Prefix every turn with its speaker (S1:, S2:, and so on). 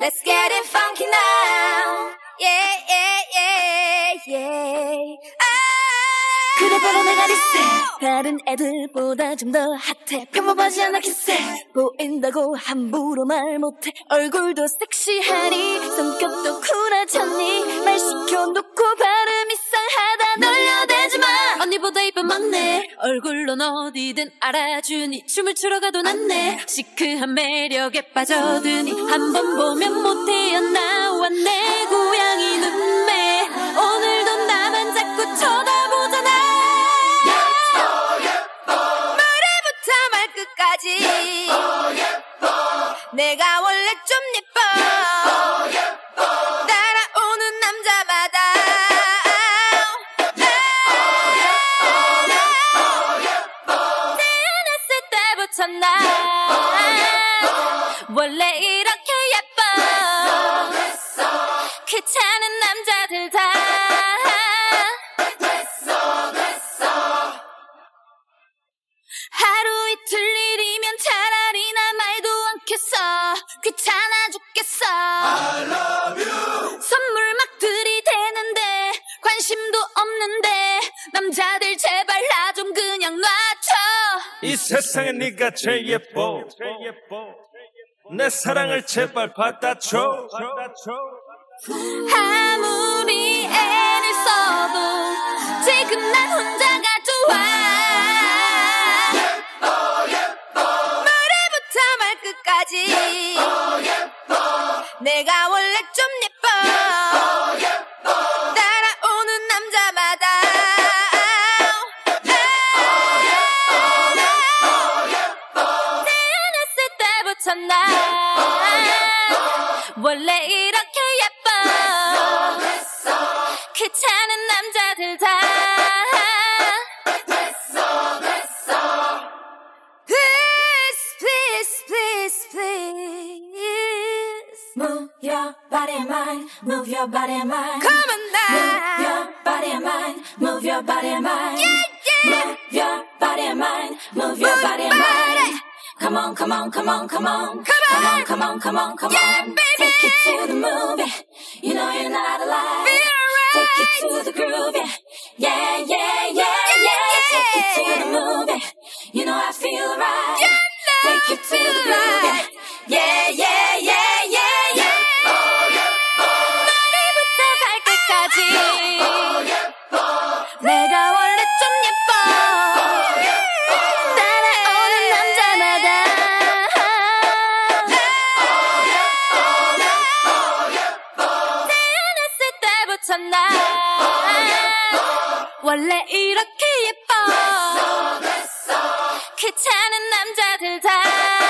S1: Let's get it funky now. Yeah, yeah, yeah, yeah. 아,
S2: 그래 바로 내가 리셋 다른 애들보다 좀 더 핫해 평범하지 않아 기세 보인다고 함부로 말 못해 얼굴도 섹시하니 성격도 쿨하잖니 말 시켜놓고 발음 이상하다 놀려대지마 언니보다 이쁜 막내 얼굴론 어디든 알아주니 춤을 추러 가도 낫네 시크한 매력에 빠져드니 한 번 보면 못해요 나와 내 고양이 눈매 오늘도 나만 자꾸 쳐다보잖아
S1: 머리부터 말끝까지. 내가 원래 좀 예뻐. 따라오는 남자마다. 네. 태어났을 때부터 나 원래 이렇게 예뻐 귀찮은 남자들 다
S2: 하루 이틀 일이면 차라리 나 말도 않겠어 귀찮아 죽겠어 선물 막 들이대는데 관심도 없는데 남자들 제발 나 좀 그냥 놔줘
S3: 이 세상에 네가 제일 예뻐. 내 사랑을 제발 받아줘.
S2: 아무리 애를 써도 지금 난 혼자가 좋아
S1: 머리부터 말끝까지 내가 원래 좀 예뻐 따라오는 남자마다 태어났을 때부터 나 원래 이렇게 예뻐 귀찮은 남자들 다 Please, please, please, please.
S2: Move your body and mind Move your body and mind
S1: Come on
S2: Move
S1: now.
S2: your body and mind Move your body and mind
S1: Yeah.
S2: Move your body and mind Move your body and mind Come on, come on, come on, come on Come on, come on, come on, come
S1: Yeah,
S2: on
S1: baby.
S2: Take it to the movie You know you're not alive
S1: Feel right.
S2: Take it to the groove, yeah, yeah, yeah, yeah. yeah. Take it to the movie, you know I feel right. Take it to the groove, yeah, yeah, yeah, yeah, yeah. yeah.
S1: 머리부터 발끝까지 내가 원래 좀 예뻐 따라오는 남자마다 태어났을 때부터 나 원래 이렇게 예뻐 귀찮은 남자들 다